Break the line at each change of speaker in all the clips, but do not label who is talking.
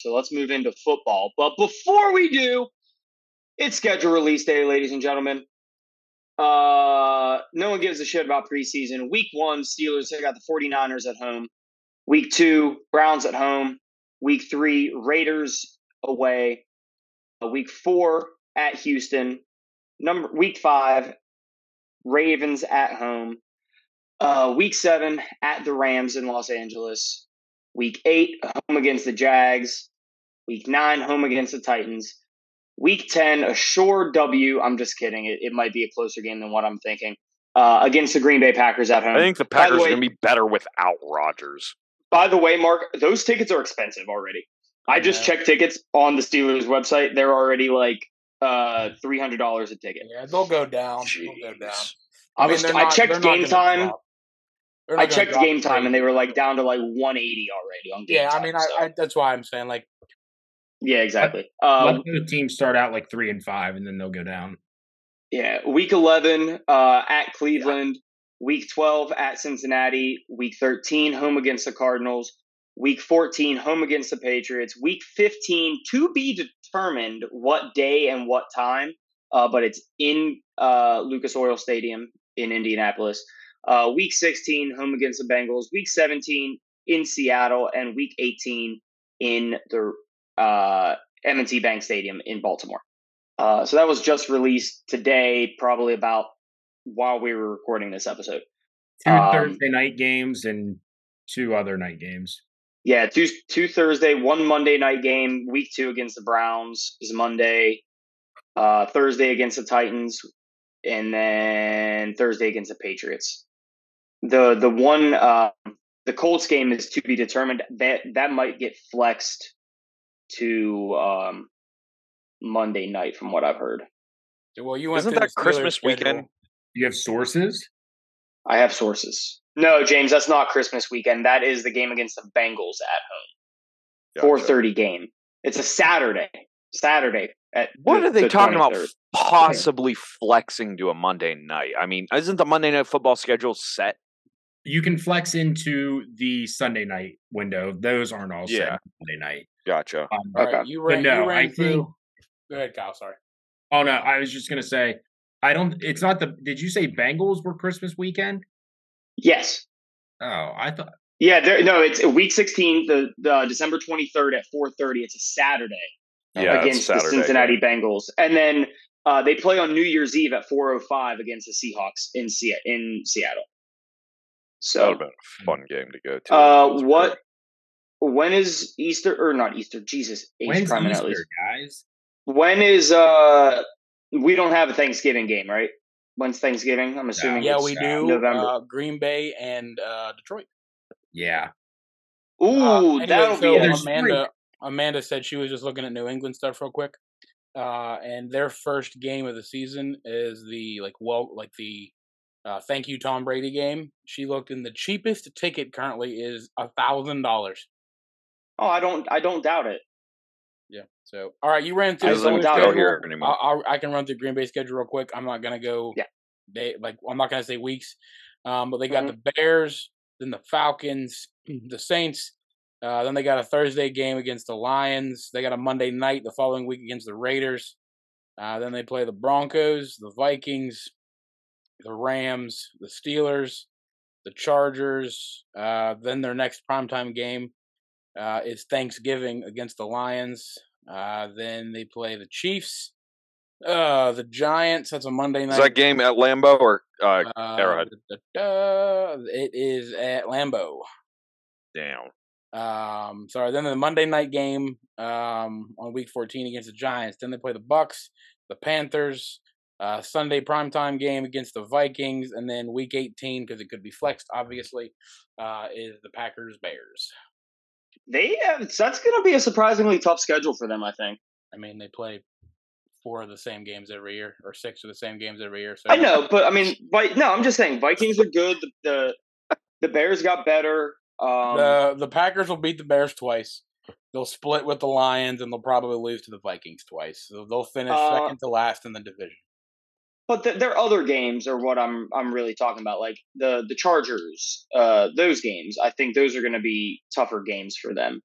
So let's move into football. But before we do, it's schedule release day, ladies and gentlemen. Uh, no one gives a shit about preseason. Week one, Steelers, they got the 49ers at home. Week two, Browns at home. Week three, Raiders away. Uh, week four at Houston. Number week five, Ravens at home. Uh, week seven at the Rams in Los Angeles. Week eight, home against the Jags. Week nine, home against the Titans. Week 10, a sure W. I'm just kidding. It, it might be a closer game than what I'm thinking. Uh, against the Green Bay Packers at home.
I think the
By the
Packers
way-
are going to be better without Rodgers.
By the way, Mark, those tickets are expensive already. I just
Yeah.
checked tickets on the Steelers website. They're already like uh, $300 a ticket.
Yeah, they'll go down. They'll go down.
Jeez.
I was-
they're
I checked
they're not
game
gonna
time.
drop. They're not
I
gonna
checked
drop
game time and they were like
down.
down to like 180 already on game
Yeah, I
time,
mean, I,
so-
I that's why I'm saying like
yeah, exactly. Um,
Let the team start out like three and five, and then they'll go down.
Yeah, week 11 uh, at Cleveland, week 12 at Cincinnati, week 13 home against the Cardinals, week 14 home against the Patriots, week 15 to be determined what day and what time, uh, but it's in uh, Lucas Oil Stadium in Indianapolis. Uh, week 16 home against the Bengals, week 17 in Seattle, and week 18 in the uh, M&T Bank Stadium in Baltimore. Uh, so that was just released today, probably about while we were recording this episode.
Two
Um,
Thursday night games and two other night games.
Yeah, two two Thursday, one Monday night game. Week two against the Browns is Monday. Uh, Thursday against the Titans, and then Thursday against the Patriots. The the one uh, the Colts game is to be determined. That that might get flexed to um, Monday night, from what I've heard.
well, you went
Isn't
through
that
the Steelers
Christmas
schedule.
weekend?
You have sources?
I have sources. No, James, that's not Christmas weekend. That is the game against the Bengals at home. Four
Gotcha.
thirty game. It's a Saturday. Saturday. At
What
the-
are they
the
talking about?
23rd.
Possibly flexing to a Monday night. I mean, isn't the Monday night football schedule set?
You can flex into the Sunday night window. Those aren't all set
Yeah.
Monday night.
Gotcha.
Um,
All right,
Okay.
you
But
ran,
no,
you ran
I think-
through. Go ahead, Kyle. Sorry.
Oh no, I was just gonna say, I don't. It's not the. Did you say Bengals were Christmas weekend?
Yes.
Oh, I thought.
Yeah. There, no, it's week sixteen, the, the December twenty third at four thirty. It's a Saturday
Yeah, it's
against the
Saturday.
Cincinnati Bengals, and then uh, they play on New Year's Eve at four oh five against the Seahawks in Se- in Seattle. So
That would have been a fun game to go to.
Uh,
That's
what?
great.
When is Easter or not Easter? Jesus, H
When's
prime and at
Easter,
least.
guys?
When is uh? We don't have a Thanksgiving game, right? When's Thanksgiving? I'm assuming.
Yeah,
it's-
we
uh,
do.
November.
Uh, Green Bay and uh, Detroit.
Yeah,
Uh,
Ooh,
anyway,
that'll
so
be.
there's
it.
Amanda. Amanda said she was just looking at New England stuff real quick, uh, and their first game of the season is the like well like the uh, thank you Tom Brady game. She looked, and the cheapest ticket currently is a thousand dollars.
Oh, I don't. I don't doubt it.
Yeah. So all right, you ran through.
I
the
doesn't
don't
Steelers
doubt
go
it.
here
I,
anymore.
I'll, I can run through Green Bay schedule real quick. I'm not gonna go.
Yeah.
They like I'm not gonna say weeks, um, but they got the Bears, then the Falcons, the Saints. Uh, then they got a Thursday game against the Lions. They got a Monday night the following week against the Raiders. Uh, then they play the Broncos, the Vikings, the Rams, the Steelers, the Chargers. Uh, then their next primetime game uh, is Thanksgiving against the Lions. Uh, then they play the Chiefs, uh, the Giants. That's a Monday night.
Is that game at Lambeau or uh,
Uh,
Arrowhead?
da- da- da. It is at Lambeau.
down?
Um, sorry. Then the Monday night game um, on Week 14 against the Giants. Then they play the Bucks, the Panthers. Uh, Sunday primetime game against the Vikings, and then Week 18 because it could be flexed, obviously, uh, is the Packers Bears.
They have. That's going to be a surprisingly tough schedule for them. I think.
I mean, they play four of the same games every year, or six of the same games every year. So
I know, but I mean, but no, I'm just saying. Vikings are good. The the, the Bears got better. Um,
the the Packers will beat the Bears twice. They'll split with the Lions, and they'll probably lose to the Vikings twice. So they'll finish
Uh,
second to last in the division.
but th their other games are what I'm I'm really talking about, like the the Chargers, uh, those games. I think those are going to be tougher games for them.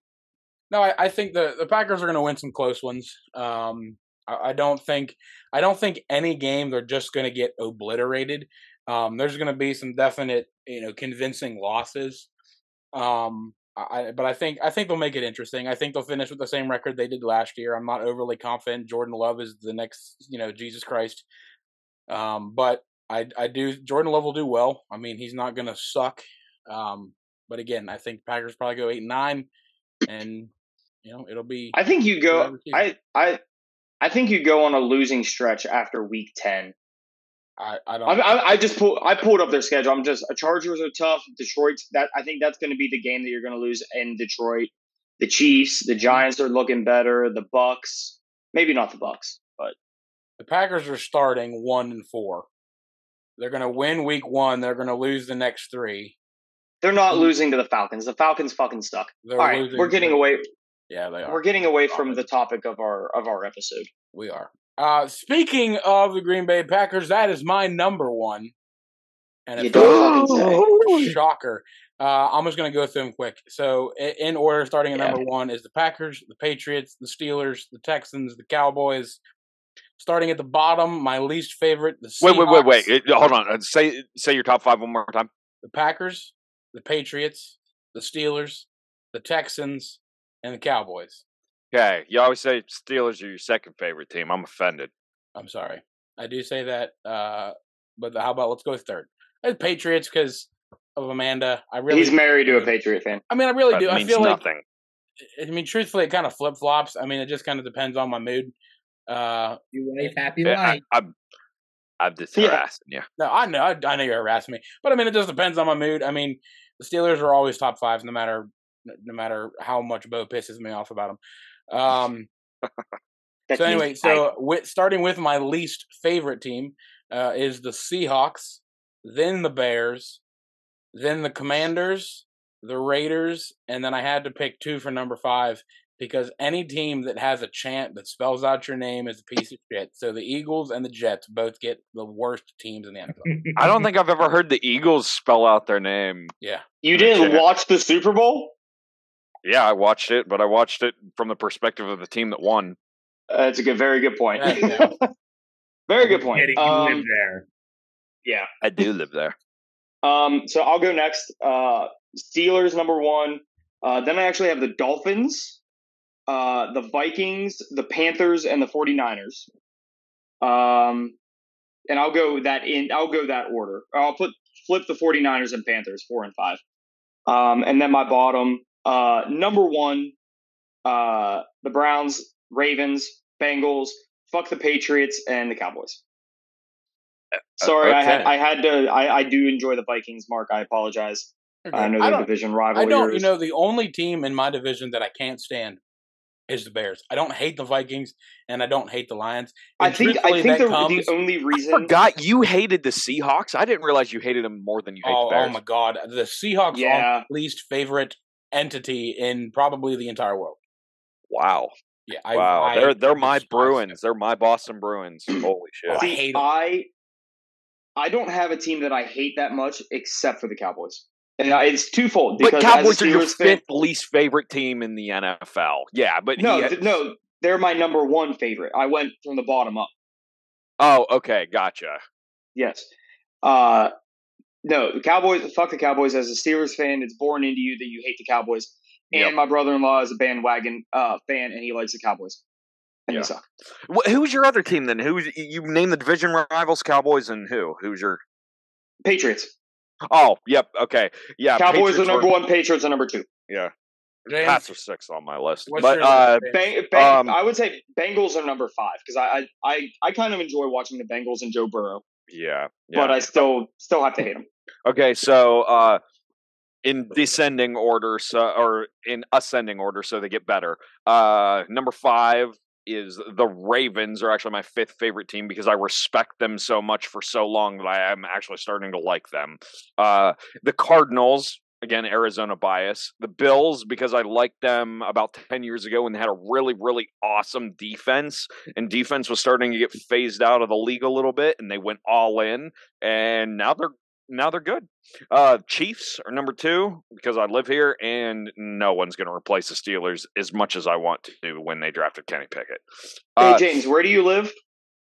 No, I, I think the, the Packers are going to win some close ones. Um, I, I don't think I don't think any game they're just going to get obliterated. Um, there's going to be some definite, you know, convincing losses. Um, I, I- but I think I think they'll make it interesting. I think they'll finish with the same record they did last year. I'm not overly confident Jordan Love is the next, you know, Jesus Christ. Um, but I I do Jordan Love will do well. I mean, he's not going to suck. Um, but again, I think Packers probably go eight and nine, and you know it'll be
I think you go.
Whatever season.
I I I think you go on a losing stretch after week ten.
I I
I,
don't
I, I just pulled. I pulled up their schedule. I'm just. Chargers are tough. Detroit. That I think that's going to be the game that you're going to lose in Detroit. The Chiefs. The Giants are looking better. The Bucks. Maybe not the Bucks, but
the Packers are starting one and four. They're going to win week one. They're going to lose the next three.
they're not losing to the Falcons. The Falcons fucking suck.
Mm-hmm. They're
All right,
losing
we're getting
to-
away.
Yeah, they are.
We're getting away from the topic of our of our episode.
We are. Uh, speaking of the Green Bay Packers, that is my number one. And
You
it
don't
felt like
fucking
a shocker. Uh, I'm just going to go through them quick. So, i- in order, starting at
Yeah.
number one is the Packers, the Patriots, the Steelers, the Texans, the Cowboys. Starting at the bottom, my least favorite, the
Wait, wait, wait,
Seahawks,
wait. It- Hold on. Uh, Say say your top five one more time.
The Packers, the Patriots, the Steelers, the Texans, and the Cowboys.
Okay. You always say Steelers are your second favorite team. I'm offended.
I'm sorry. I do say that, uh, but how about let's go third? Uh, Patriots because of Amanda. I really, Mm-hmm.
He's married to a Patriot fan.
I mean, I really
That
do. I
means
feel like,
nothing.
I mean, truthfully, it kind of flip flops. I mean, it just kind of depends on my mood. Uh,
You life, happy
Yeah,
life.
Eh, I, I'm I'm just
Yeah.
harassing you.
no, I know, I, I know you're harassing me, but I mean, it just depends on my mood. I mean, the Steelers are always top five, no matter no matter how much Bo pisses me off about them. Um,
That
so
he's-
anyway, so with, starting with my least favorite team uh, is the Seahawks, then the Bears, then the Commanders, the Raiders, and then I had to pick two for number five because any team that has a chant that spells out your name is a piece of shit. So the Eagles and the Jets both get the worst teams in the NFL.
I don't think I've ever heard the Eagles spell out their name.
Yeah,
you didn't watch the Super Bowl.
Yeah, I watched it, but I watched it from the perspective of the team that won.
Uh, that's a good, very good point.
Yeah, yeah.
very good point.
Eddie, you
Um,
live there.
yeah.
I do live there.
Um, so I'll go next. Uh, Steelers number one. Uh, then I actually have the Dolphins, uh, the Vikings, the Panthers, and the 49ers. Um, and I'll go that in. I'll go that order. I'll put flip the 49ers and Panthers four and five. Um, and then my bottom uh, number one, uh, the Browns, Ravens, Bengals. Fuck the Patriots and the Cowboys. Sorry, I had
okay.
I had to. I, I do enjoy the Vikings, Mark. I apologize.
You're
I
good.
know
I
they're
don't.
division
I
rival.
don't. You
yours.
know, the only team in my division that I can't stand is the Bears. I don't hate the Vikings, and I don't hate the Lions.
I
And
think I
truthfully,
think
that
the,
comes-
the only
I
reason.
forgot you hated the Seahawks. I didn't realize you hated them more than you hate
Oh,
the Bears.
oh my God! The Seahawks are
Yeah.
my least favorite entity in probably the entire world.
Wow.
Yeah, I,
wow.
I
they're they're my
despise them.
Bruins. They're my Boston Bruins. Holy shit.
I
See,
hate 'em.
I I don't have a team that I hate that much, except for the Cowboys, and I, it's twofold.
But
Because as a
Cowboys are your
Steelers fan-
fifth least favorite team in the NFL. Yeah, but
No,
he-
th- no, they're my number one favorite. I went from the bottom up.
Oh, okay, gotcha.
Yes. Uh, no, the Cowboys. Fuck the Cowboys. As a Steelers fan, it's born into you that you hate the Cowboys. And
Yep.
my brother-in-law is a bandwagon uh, fan, and he likes the Cowboys. And
Yeah.
they suck.
Wh- who's your other team then? Who's y- you name the division rivals? Cowboys and who? Who's your?
Patriots.
Oh, yep. Okay, yeah.
Cowboys are
Uh, Patriots
number
were-
one. Patriots are number two.
James,
Pats are sixth on my list,
what's
but
your-
uh,
Bang, bang,
Um,
I would say Bengals are number five because I, I I I kind of enjoy watching the Bengals and Joe Burrow,
yeah, yeah.
but uh, I still still have to hate them.
Okay, so uh, in descending order, so or in ascending order, so they get better. Uh, number five is the Ravens are actually my fifth favorite team because I respect them so much for so long that I am actually starting to like them. Uh, the Cardinals. Again, Arizona bias. The Bills, because I liked them about 10 years ago and they had a really, really awesome defense. And defense was starting to get phased out of the league a little bit and they went all in. And now they're now they're good. Uh, Chiefs are number two because I live here, and no one's going to replace the Steelers as much as I want to do when they drafted Kenny Pickett.
Hey
Uh,
James, where do you live?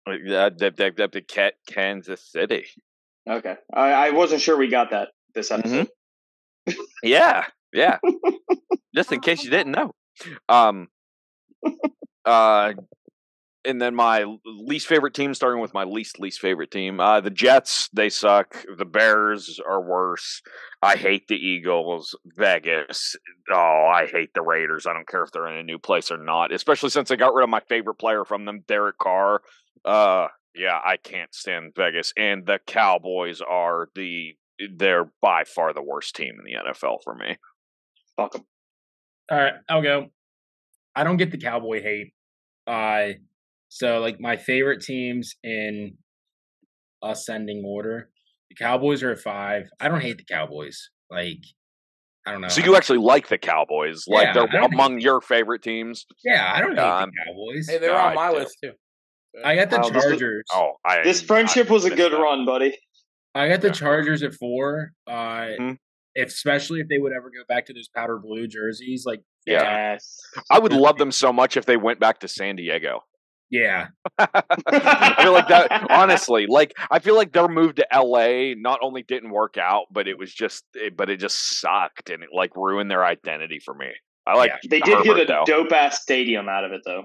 uh, dip, dip, dip, dip, Cat- Kansas City.
Okay, I, I wasn't sure we got that this
Mm-hmm.
episode.
Yeah, yeah. Just in case you didn't know. Um uh and then my l- least favorite team starting with my least least favorite team. Uh the Jets, they suck. The Bears are worse. I hate the Eagles, Vegas. Oh, I hate the Raiders. I don't care if they're in a new place or not, especially since they got rid of my favorite player from them, Derek Carr. Uh yeah, I can't stand Vegas and the Cowboys are the they're by far the worst team in the NFL for me.
Fuck 'em.
All right, I'll go. I don't get the cowboy hate. Uh so like my favorite teams in ascending order. The Cowboys are at five. I don't hate the Cowboys. Like I don't know.
So you actually like the Cowboys? Like
Yeah, I
they're
don't
among your favorite teams?
Yeah, I don't hate
Um,
the Cowboys.
Hey, they're
Yeah,
on my
I do.
list too.
I got the
Wow, this is-
Chargers.
Oh, I
This friendship
I
was a
missed
good
that.
run, buddy.
I got the
Yeah.
Chargers at four. Uh,
Mhm.
if, especially if they would ever go back to those powder blue jerseys, like
Yeah.
Yes.
I would love them so much if they went back to San Diego.
yeah,
I feel like that honestly, like I feel like their move to LA not only didn't work out, but it was just it, but it just sucked and it like ruined their identity for me. I like
Yeah.
They did
Herbert,
get a
though.
dope ass stadium out of it though.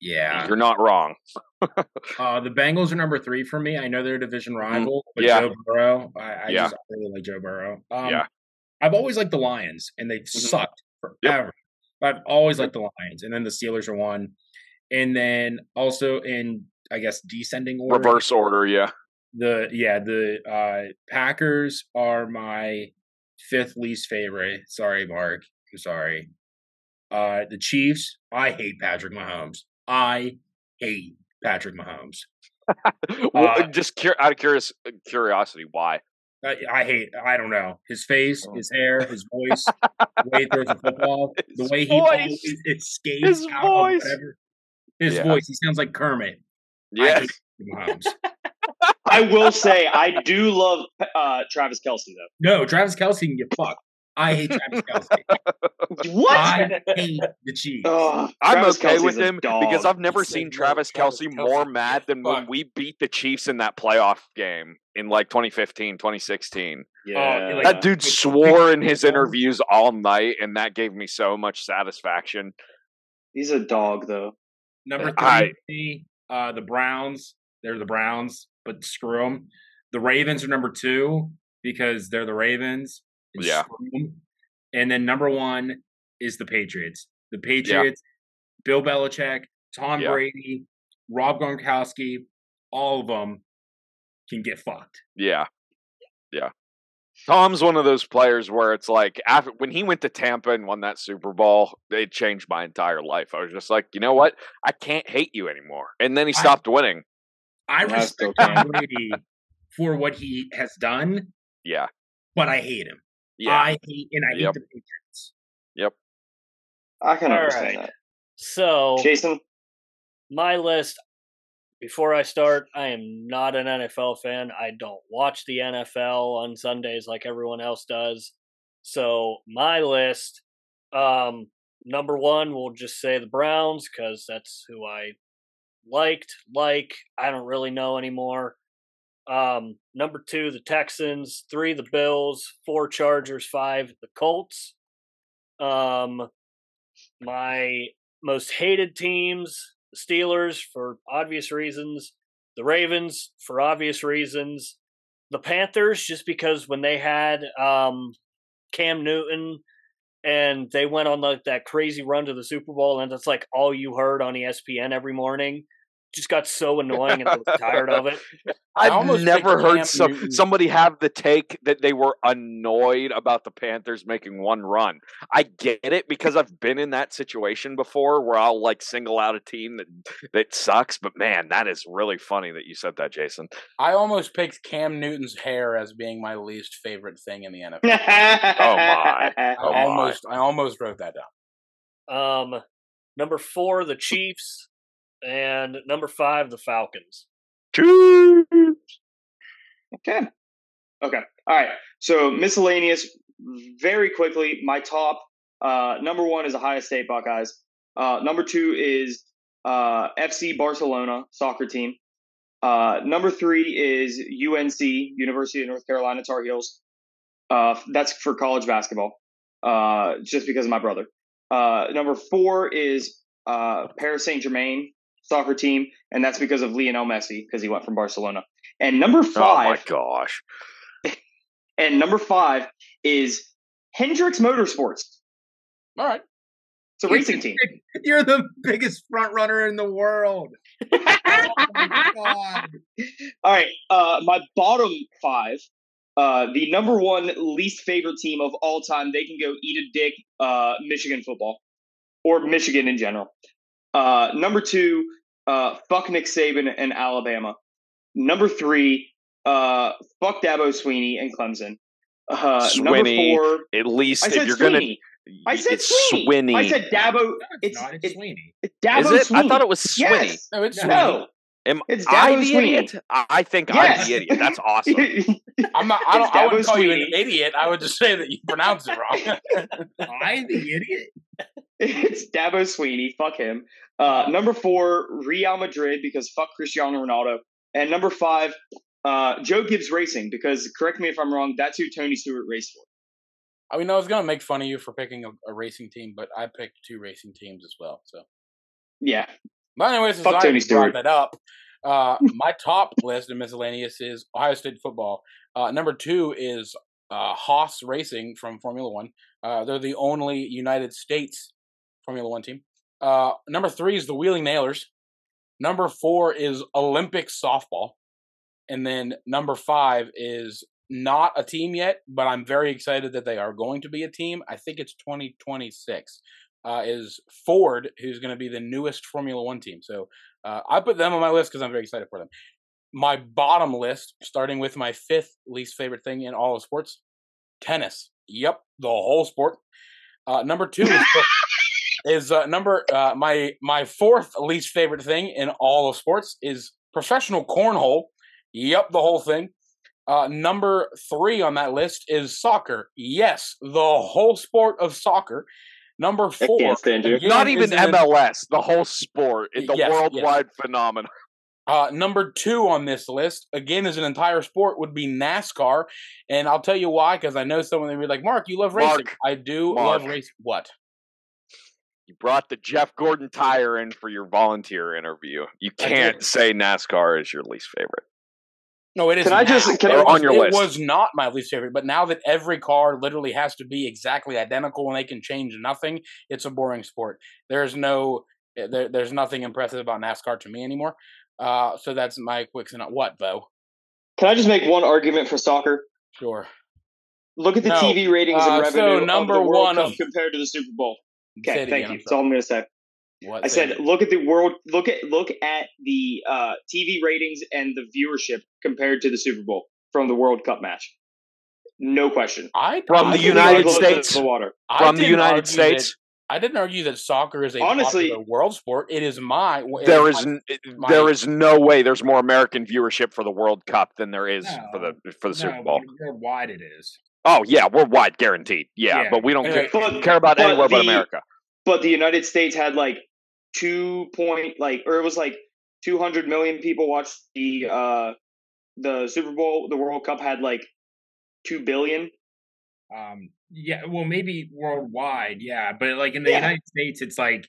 yeah.
You're not wrong.
Uh, the Bengals are number three for me. I know they're a division rival, but
Mm-hmm. Yeah.
Joe Burrow, I, I
Yeah.
just really like Joe Burrow.
Yeah.
Um,
Mm-hmm.
I've always liked the Lions, and they've sucked forever. But I've always liked the Lions, and then the Steelers are one, and then also in I guess descending order,
Reverse order, yeah.
the yeah the uh packers are my fifth least favorite sorry mark i'm sorry uh the chiefs i hate patrick mahomes i hate patrick mahomes
well,
Uh,
just cur- out of curious uh, curiosity, why?
i, I hate i don't know his face
Oh.
his hair his voice the way he throws the football the
His
way he
voice.
always escapes
His
out of
voice.
whatever- his
Yeah.
voice he sounds like kermit I
Yeah,
hate Patrick mahomes
I will say I do love uh, Travis Kelsey though.
no travis kelsey can get fucked i hate travis kelsey
What?
I hate the Chiefs.
Ugh,
I'm
Travis
okay
Kelce's
with
a
him
dog.
because I've never
He said,
seen
"No,
Travis,
Travis
Kelsey,
Kelce
more
is
mad than when
fucked."
we beat the Chiefs in that playoff game in like 2015, 2016.
yeah.
like-
That dude
Big-
swore in his
balls.
interviews all night, and that gave me so much satisfaction.
He's a dog though.
Number three,
Uh, I-
for me, uh, the Browns. They're the Browns, but screw them. The Ravens are number two because they're the Ravens. and
Yeah.
screw 'em. And then number one is the Patriots. The Patriots, Bill Belichick, Tom
Yeah.
Brady, Rob Gronkowski, all of them can get fucked.
Yeah. Yeah. Tom's one of those players where it's like after when he went to Tampa and won that Super Bowl, it changed my entire life. I was just like, you know what? I can't hate you anymore. And then he
I-
stopped winning.
I
I still
respect Tom Brady for what he has done,
Yeah.
but I hate him.
Yeah.
I hate and I hate
Yep.
the Patriots.
I can
All
understand
right. So
that. Jason,
my list. Before I start, I am not an NFL fan. I don't watch the NFL on Sundays like everyone else does. So my list, um, number one, we'll just say the Browns because that's who I liked. Like I don't really know anymore. Um, number two, the Texans. Three, the Bills. Four, Chargers. Five, the Colts. Um, my most hated teams the Steelers for obvious reasons, the Ravens for obvious reasons, the Panthers just because when they had um, Cam Newton and they went on like that crazy run to the Super Bowl and that's like all you heard on E ESPN every morning. Just got so annoying and I was tired of it.
I
I've
almost
never
picked
heard
Cam
some,
Newton.
somebody have the take that they were annoyed about the Panthers making one run. I get it because I've been in that situation before where I'll like single out a team that that sucks. But man, that is really funny that you said that, Jason.
I almost picked Cam Newton's hair as being my least favorite thing in the NFL.
Oh,
I
my. Oh my.
almost, I almost wrote that down.
Um, number four, the Chiefs, and
oh
number five, the Falcons.
Choo!
Okay. All right. So miscellaneous, very quickly. My top uh, number one is Ohio State Buckeyes. Uh, number two is uh, FC Barcelona soccer team. Uh, number three is UNC University of North Carolina Tar Heels. Uh, that's for college basketball, uh, just because of my brother. Uh, number four is uh, Paris Saint Germain soccer team, and that's because of Lionel Messi because he went from Barcelona. And number
Oh
five.
my gosh.
And number five is Hendrix Motorsports.
All right.
It's a racing team.
You're the biggest front runner in the world. Oh my God.
All right. Uh, my bottom five, uh, the number one least favorite team of all time, they can go eat a dick, uh, Michigan football or Michigan in general. Uh, number two, uh, fuck Nick Saban and Alabama. Number three, uh, fuck Dabo Sweeney and Clemson. Uh,
Sweeney.
Number four,
At
I
least
said
if you're going
Sweeney.
to.
I said
it's
Sweeney.
Swinney.
I said Dabo. It's,
Not
it's,
Sweeney.
it's Dabo
Is it?
Sweeney.
I thought it was Swinney.
Yes.
No, it's
No,
Am
it's
I
Dabo
the
Sweeney.
idiot? I I think I'm
Yes.
the idiot. That's awesome.
I'm not. I
It's
don't. I wouldn't
Dabo
call you an
Sweeney.
idiot. I would just say that you pronounce it wrong.
I the idiot.
it's Dabo Sweeney. Fuck him. Uh, number four, Real Madrid because fuck Cristiano Ronaldo. And number five, uh, Joe Gibbs Racing because correct me if I'm wrong. That's who Tony Stewart raced for.
I mean, I was gonna make fun of you for picking a, a racing team, but I picked two racing teams as well. So,
Yeah.
but anyways, since
Fuck
I
Tony
brought
Stewart.
that up, uh, my top list of miscellaneous is Ohio State football. Uh, number two is uh, Haas Racing from Formula One. Uh, they're the only United States Formula One team. Uh, number three is the Wheeling Nailers. Number four is Olympic softball. And then number five is not a team yet, but I'm very excited that they are going to be a team. I think it's 2026. Uh, is Ford, who's going to be the newest Formula One team. So uh, I put them on my list because I'm very excited for them. My bottom list, starting with my fifth least favorite thing in all of sports tennis. Yep, the whole sport. Uh, number two is, is uh, number uh, my my fourth least favorite thing in all of sports is professional cornhole. Yep, the whole thing. Uh, number three on that list is soccer. Yes, the whole sport of soccer. Number four,
stand you.
again,
Not even
is in the-
MLS, the whole sport,
Y-
the
yes, yes.
worldwide phenomenon.
Uh, number two on this list, again, as an entire sport, would be NASCAR. And I'll tell you why, because I know someone that would be like, Mark, you love racing.
Mark,
I do
Mark.
love racing. What?
You brought the Jeff Gordon tire in for your volunteer interview. You
I did.
can't say NASCAR is your least favorite.
No, it is.
Can I just-
now.
can
I-
it
Or
was,
on your
it
list.
was not my least favorite, but now that every car literally has to be exactly identical and they can change nothing, it's a boring sport. There's no, eh, there, there's nothing impressive about NASCAR to me anymore. Uh, so that's my quick synop. What though?
Can I just make one argument for soccer?
Sure.
Look at the
No.
TV ratings and
Uh, so
revenue
number
of the World
one
Cup
of-
compared to the Super Bowl.
Say
Okay,
it
thank
again,
you.
I'm
That's all I'm
sorry.
gonna say.
What,
I
say it
said,
again.
look at the world, look at look at the uh, TV ratings and the viewership compared to the Super Bowl from the World Cup match. No question.
I
From the
I
I think
didn't
they
United
blow
argue-
it out of
States.
the water.
I
From the
didn't
United
argue that-
States,
I didn't argue that soccer is a
Honestly-
popular world sport. It is my. it
there
is
is
my-
n- it-
my-
there is no way there's more American viewership for the World Cup than there is for
No,
the for the Super
No,
Bowl.
worldwide it is.
Oh yeah, worldwide guaranteed. Yeah,
Yeah.
but we don't
Anyway,
ca-
But
care about
but
anywhere but
the-
America.
but the United States had like two point like or it was like two hundred million people watched the uh the Super Bowl. The World Cup had like two billion.
Um, yeah, well, maybe worldwide, yeah, but like in the
Yeah.
United States, it's like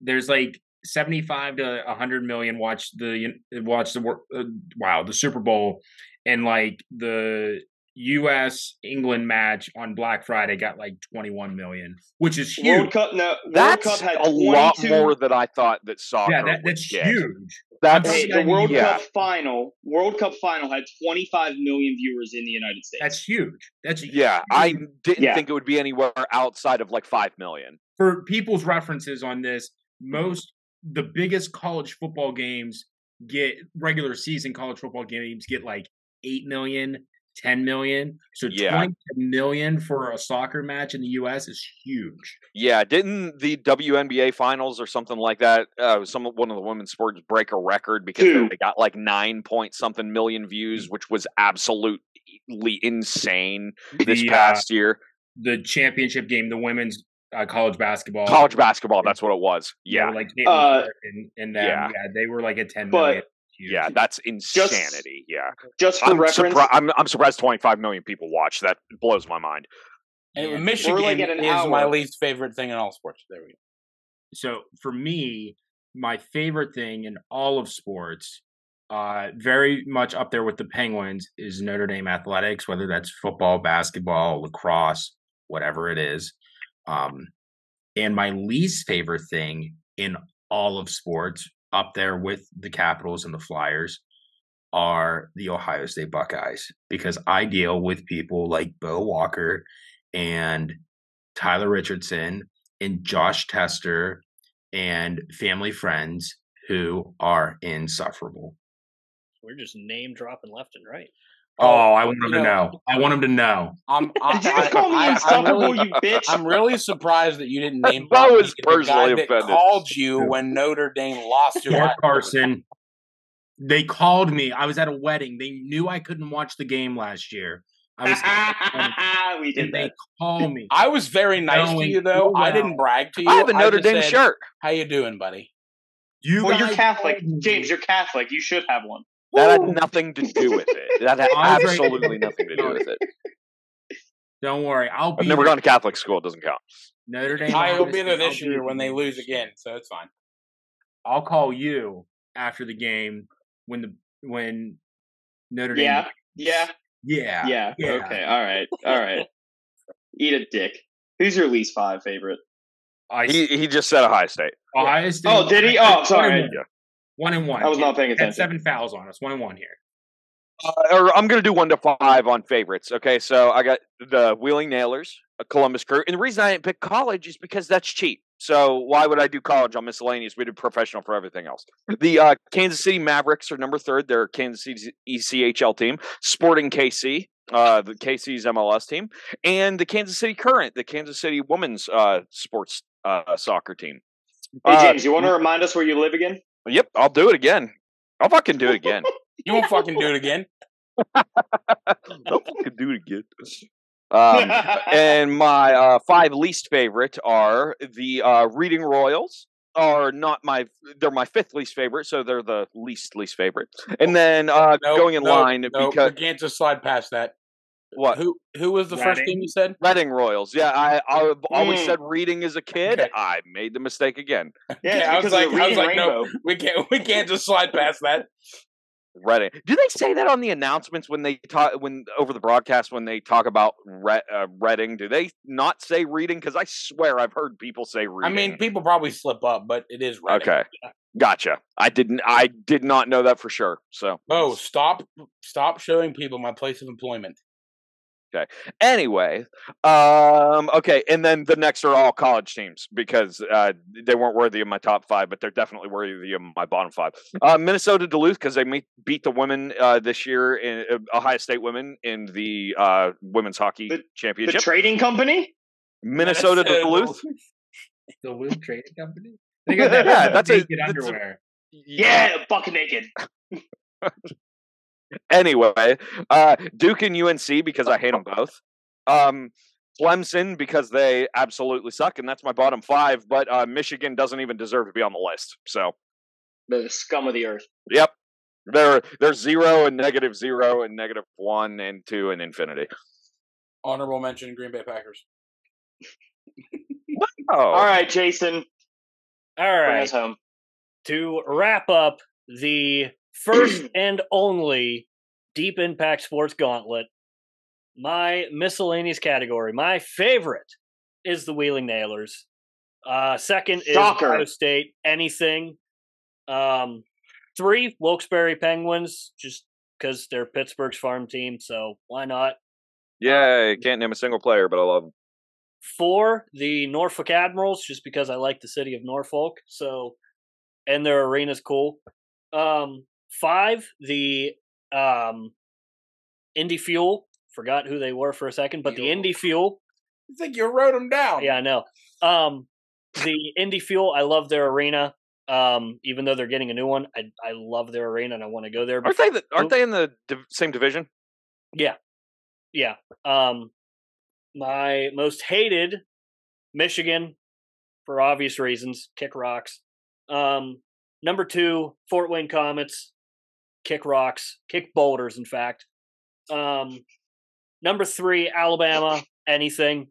there's like 75 to 100 million watch the watch the wor- uh, wow the Super Bowl, and like the U.S. England match on Black Friday got like 21 million, which is
World
huge.
Cup no World Cup
That's
had
a lot
22
more than I thought that soccer
Yeah, that,
would
that's
get.
huge.
That's
Hey, the
Yeah,
World
yeah.
Cup final, World Cup final had 25 million viewers in the United States.
That's huge. That's a
Yeah, I didn't
Yeah.
think it would be anywhere outside of like five million.
for people's references on this,
Mm-hmm.
most the biggest college football games get regular season college football games get like 8 million, 10 million. So
Yeah.
20 million for a soccer match in the US is huge.
Yeah, didn't the WNBA finals or something like that? Uh, some one of the women's sports break a record because they-
Two.
they got like nine point something million views, which was absolute completely insane this
The, uh,
past year.
the championship game, the women's uh, college basketball,
College basketball, that's what it was.
they were,
Yeah.
like Caitlin
Uh,
Clark and, and them,
yeah.
yeah. they were like a ten
But-
million. Huge.
Yeah, that's insanity. Yeah.
Just for
I'm,
reference,
surpri- I'm, I'm surprised 25 million people watch. That blows my mind.
And
Yeah.
Michigan
We're like at an
is my
hour.
least favorite thing in all sports. There we go.
so for me, my favorite thing in all of sports, uh, very much up there with the Penguins, is Notre Dame athletics, whether that's football, basketball, lacrosse, whatever it is. Um, and my least favorite thing in all of sports, up there with the Capitals and the Flyers, are the Ohio State Buckeyes because I deal with people like Bo Walker and Tyler Richardson and Josh Tester and family friends who are insufferable.
We're just name dropping left and right.
Oh, I
you
want them to
know-
know. I want them to know.
I'm, I'm,
did you just call me
I- I'm,
insufferable,
really,
you bitch?
I'm really surprised that you didn't name
Bo
Bob
is
Meek, the guy
personally
that
offended.
called you when Notre Dame lost to
Mark
Iowa.
Carson. They called me. I was at a wedding. They knew I couldn't watch the game last year. I was
we did
and they
that.
call me.
I was very nice to
Knowing
you, though.
full
I didn't
well.
brag to you.
I have a Notre
just
Dame
said,
shirt.
How you doing, buddy?
You
Well, you're
guys
Catholic,
called me.
James. You're Catholic. You should have one.
That had
Woo!
nothing to do with it. That had
I was right.
absolutely nothing to do with it.
Don't worry. I'll be
I've never
there.
gone to Catholic school. It doesn't count.
Notre Dame.
I will
Iowa
be there
State, I'll
this year when they
there
lose
this
again, so it's fine.
I'll call you after the game when the when Notre Dame.
Yeah, yeah,
Yeah.
yeah,
yeah.
Okay, all right, all right. Eat a dick. Who's your least five favorite?
I
He he just said Ohio State.
Ohio State.
Oh, did he? Oh, sorry.
One and one. One and one.
I was not paying
Had
attention.
seven fouls on us. One and one here.
Uh, or I'm gonna do one to five on favorites. Okay, so I got the Wheeling Nailers, a Columbus Crew, and the reason I didn't pick college is because that's cheap. So why would I do college on miscellaneous? We did professional for everything else. The uh, Kansas City Mavericks are number third. They're Kansas City's E ECHL team. Sporting KC, uh, the KC's MLS team, and the Kansas City Current, the Kansas City women's uh, sports uh, soccer team.
Hey,
Uh,
James, you want to remind us where you live again?
Yep, I'll do it again. I'll fucking do it again.
You won't fucking do it again.
I'll fucking do it again. Um, and my uh, five least favorite are the uh, Reading Royals. Are not my they're my fifth least favorite, so they're the least least favorite. And then uh,
Oh, Nope,
going in
nope,
line
No,
because
we can't just slide past that.
what
Who who was the first
Reading.
team you said?
Reading Royals? Yeah, I I've always
Mm.
said Reading as a kid.
Hmm. Okay.
I made the mistake again.
yeah,
Yeah, I was
because of the
like- I was
reading
like, no.
rainbow.
We can't we can't just slide past that.
Reading. Do they say that on the announcements when they talk when over the broadcast when they talk about re- uh, Reading? Do they not say Reading? Because I swear I've heard people say
I
Reading.
mean, people probably slip up, but it is right.
Okay. Gotcha. I didn't I did not know that for sure. So
Oh, stop stop showing people my place of employment.
anyway, um okay, and then the next are all college teams because uh they weren't worthy of my top 5, but they're definitely worthy of my bottom 5. Uh Minnesota Duluth cuz they meet, beat the women uh this year in uh, Ohio State women in the uh women's hockey
The- The
championship.
trading company?
Minnesota, Duluth.
The Luke Trading Company.
They got that
yeah, that's a,
naked
that's a-
underwear.
Yeah, buck naked.
anyway, uh, Duke and UNC because I hate them both. Um, Clemson because they absolutely suck, and that's my bottom five. But uh, Michigan doesn't even deserve to be on the list. So,
They're the scum of the earth.
yep, they're they're zero and negative zero and negative one and two and infinity.
Honorable mention Green Bay Packers.
Oh,
All right, Jason,
All
bring
right.
us home.
to wrap up the first and only Deep Impact Sports Gauntlet, my miscellaneous category, my favorite is the Wheeling Nailers. Uh, second is
Shocker.
Ohio State. Anything. Um, three Wilkes-Barre Penguins, just because they're Pittsburgh's farm team, so why not?
Yay! Can't name a single player, but I love 'em.
Four, the Norfolk Admirals, just because I like the city of Norfolk. So, and their arena's cool. Um, five, the um, Indy Fuel. Forgot who they were for a second, but the
Fuel.
Indy Fuel.
You think you wrote them down?
Yeah, I know. Um, the Indy Fuel. I love their arena. Um, even though they're getting a new one, I I love their arena and I want to go there.
Aren't
But
they the, aren't they in the div- same division?
Yeah. yeah. Um, my most hated Michigan for obvious reasons, kick rocks. Um, number two, Fort Wayne Comets, kick rocks, kick boulders, in fact. Um, number three, Alabama, anything.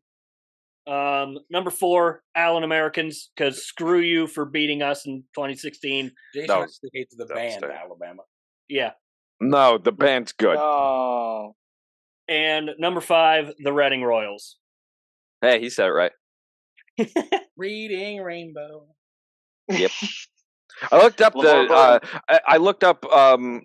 Um, number four, Allen Americans, because screw you for beating us in 2016.
Jason
No.
actually hates the
Don't
band
stay.
Alabama.
Yeah.
No, the band's good.
Oh,
And number five, the Reading Royals.
Hey, he said it right.
Reading Rainbow.
I looked up the. Uh,
Lamar
I, I looked up. Um,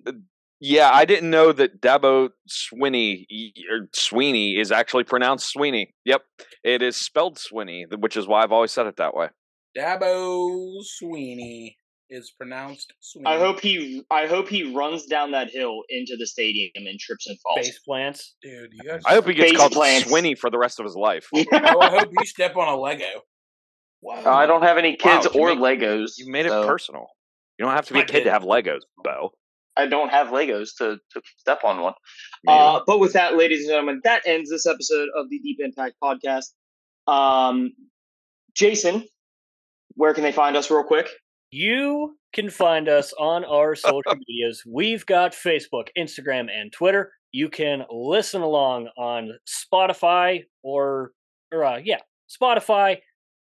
yeah, I didn't know that Dabo Sweeney or Sweeney is actually pronounced Sweeney. Yep, it is spelled Sweeney, which is why I've always said it that way.
Dabo Sweeney is pronounced Sweeney.
I hope he. I hope he runs down that hill into the stadium and trips and falls.
Base plants.
dude. You guys.
I hope he gets
Face
called
plants.
Sweeney for the rest of his life.
oh, I hope you step on a Lego. Wow.
I don't have any
Wow,
kids
you
or
made-
Legos.
You made it
so
personal. You don't have to be
I
a kid
did.
to have Legos, Bo.
I don't have Legos to, to step on one. Uh, but with that, ladies and gentlemen, that ends this episode of the Deep Impact Podcast. Um, Jason, where can they find us, real quick?
You can find us on our social medias. We've got Facebook, Instagram, and Twitter. You can listen along on Spotify or, or uh, yeah, Spotify,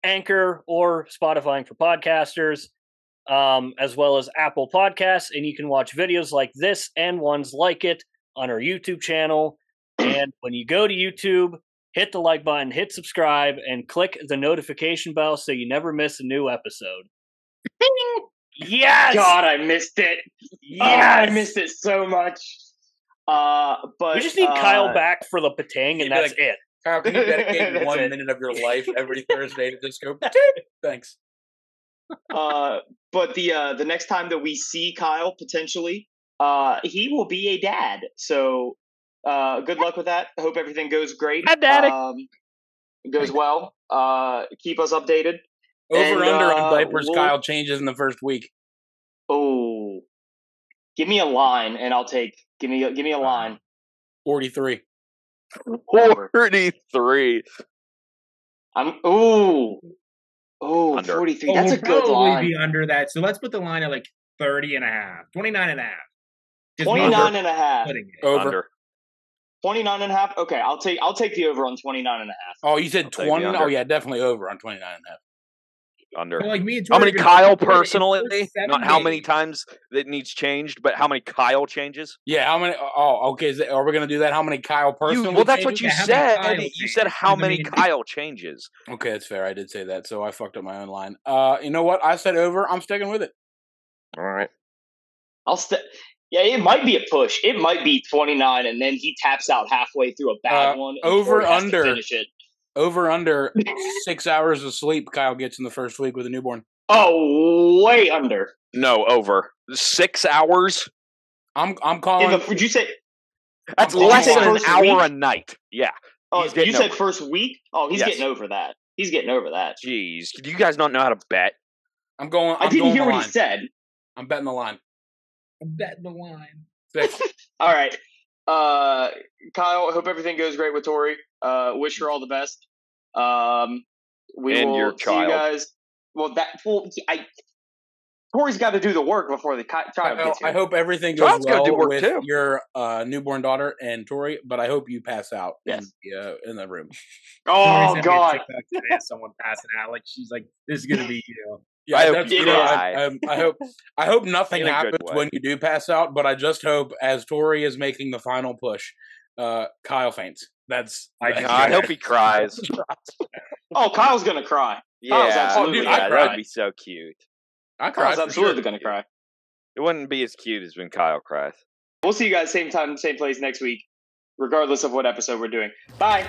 Anchor, or Spotifying for podcasters, um, as well as Apple Podcasts. And you can watch videos like this and ones like it on our YouTube channel. and when you go to YouTube, hit the like button, hit subscribe, and click the notification bell so you never miss a new episode. Yes.
God, I missed it. Yeah, I missed it so much. Uh, but
We just need
uh,
Kyle back for the patang, and
Yeah,
that's it.
Kyle, can you dedicate
That's
one
it.
minute of your life every Thursday to just go? "Doop." Thanks.
Uh, but the uh, the next time that we see Kyle potentially, uh, he will be a dad. So uh, good luck with that. Hope everything goes great.
Hi, Daddy.
Um, goes well. Uh, keep us updated.
Over
And,
under
uh,
on diapers.
we'll-
Kyle changes in the first week.
Oh, give me a line and I'll take. Give me a, give me a line.
Forty three.
Over.
Forty-three.
I'm ooh. Oh,
Under.
43.
But
That's a
we'll
good
probably
line.
be under that. So let's put the line at like 30 and a half, 29 and a half. Just me
29 and a half.
putting it.
Over.
Under.
29 and a half. Okay, I'll take I'll take the over on 29 and a half.
Oh, you said
I'll take the
twenty? Oh
under.
yeah, definitely over on twenty nine and a half.
Under.
But, like me and
How
Tori
many
are gonna-
Kyle
it's still
personally?
seven
Not how
days.
many times that needs changed, but how many Kyle changes?
Yeah, how many? Oh, okay. Is that, are we gonna do that? How many Kyle
You,
personally?
well, that's what
changes?
you
Yeah,
said.
how many Kyle
You
changes?
said how
I
many
mean-
Kyle changes.
Okay, that's fair. I did say that, so I fucked up my own line. Uh, you know what? I said over. I'm sticking with it.
All right.
I'll st- Yeah, it might be a push. It might be 29 and then he taps out halfway through a bad
Uh,
one. and
over,
Ford has to
under.
finish it.
Over under six hours of sleep Kyle gets in the first week with a newborn.
Oh, way under.
No, over six hours.
I'm I'm
In
calling.
the, did you say
That's
Did you
less
say
than an
first
hour
week?
a night. Yeah.
Oh,
He's
you
getting
said
over it.
first week? Oh, he's
Yes.
getting over that. He's getting over that.
Jeez, do you guys not know how to bet?
I'm going. I'm
I didn't
going
hear
the
what
line.
he said.
I'm betting the line.
Bet the line.
Six.
All right. Uh, Kyle, I hope everything goes great with Tori. Uh, wish her all the best. Um, we
And
will
your child.
see you guys. Well, that well, I Tori's got to do the work before the ki- child
I,
gets here.
I hope everything goes
Child's gotta
well
do work
with
too.
your uh, newborn daughter and Tori, but I hope you pass out
Yes.
in, the, uh, in the room.
Tori
Oh
sent me a
God,
TikTok today of someone passing out. Like she's like, "This is gonna be you."
Yeah,
I hope
that's
you
true.
cry.
I, um, I hope I hope nothing
In a good
happens
way.
when you do pass out, but I just hope as Tori is making the final push, uh, Kyle faints. That's
I
that's-
just-
I hope he cries.
oh Kyle's gonna cry. Kyle's
Yeah,
absolutely
gonna
yeah,
cry.
that'd be so cute.
I cried.
Kyle's
for
absolutely
sure.
gonna cry.
It wouldn't be as cute as when Kyle cries.
We'll see you guys same time, same place next week, regardless of what episode we're doing. Bye.